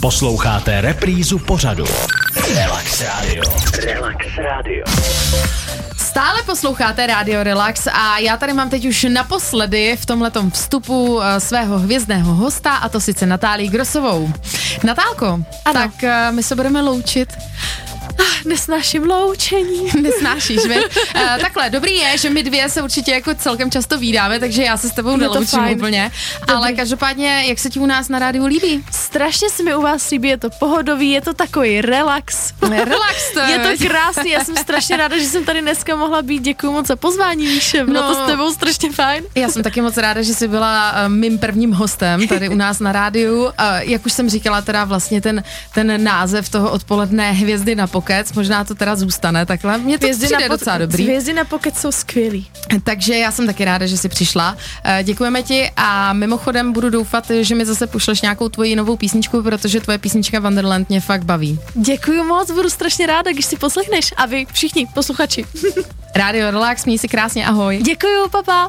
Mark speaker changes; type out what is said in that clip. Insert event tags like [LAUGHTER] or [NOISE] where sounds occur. Speaker 1: Posloucháte reprízu pořadu. Relax Radio. Relax Radio.
Speaker 2: Stále posloucháte Radio Relax a já tady mám teď už naposledy v tomhletom vstupu eh, svého hvězdného hosta a to sice Natálii Grosovou. Natálko, ano. tak eh, my se budeme loučit.
Speaker 3: Ah, Nesnáším loučení.
Speaker 2: [LAUGHS] Nesnášíš, vi? Eh, Takhle, dobrý je, že my dvě se určitě jako celkem často vídáme, takže já se s tebou
Speaker 3: to
Speaker 2: neloučím
Speaker 3: fajn.
Speaker 2: úplně. vlastně. Ale každopádně, jak se ti u nás na rádiu líbí?
Speaker 3: Strašně se mi u vás líbí, je to pohodový, je to takový relax.
Speaker 2: [LAUGHS] Relax to
Speaker 3: Je to krásný, já jsem strašně ráda, že jsem tady dneska mohla být. Děkuji moc za pozvání, Míšem. No.
Speaker 2: No.
Speaker 3: Bylo to s tebou strašně fajn.
Speaker 2: Já jsem taky moc ráda, že jsi byla eh, mým prvním hostem tady u nás na rádiu. Eh, Jak už jsem říkala, teda vlastně ten, ten název toho odpoledne Hvězdy na pokec, možná to teda zůstane takhle. Mně to Hvězdy přijde
Speaker 3: na
Speaker 2: na docela dobrý.
Speaker 3: Hvězdy na pocket jsou skvělý.
Speaker 2: Takže já jsem taky ráda, že jsi přišla. Eh, Děkujeme ti a mimochodem budu doufat, že mi zase pošleš nějakou tvoji novou písničku, protože tvoje písnička Wonderland mě fakt baví.
Speaker 3: Děkuji moc, budu strašně ráda, když si poslechneš. A vy všichni, posluchači.
Speaker 2: Rádio Relax, měj si krásně, ahoj.
Speaker 3: Děkuji, papa.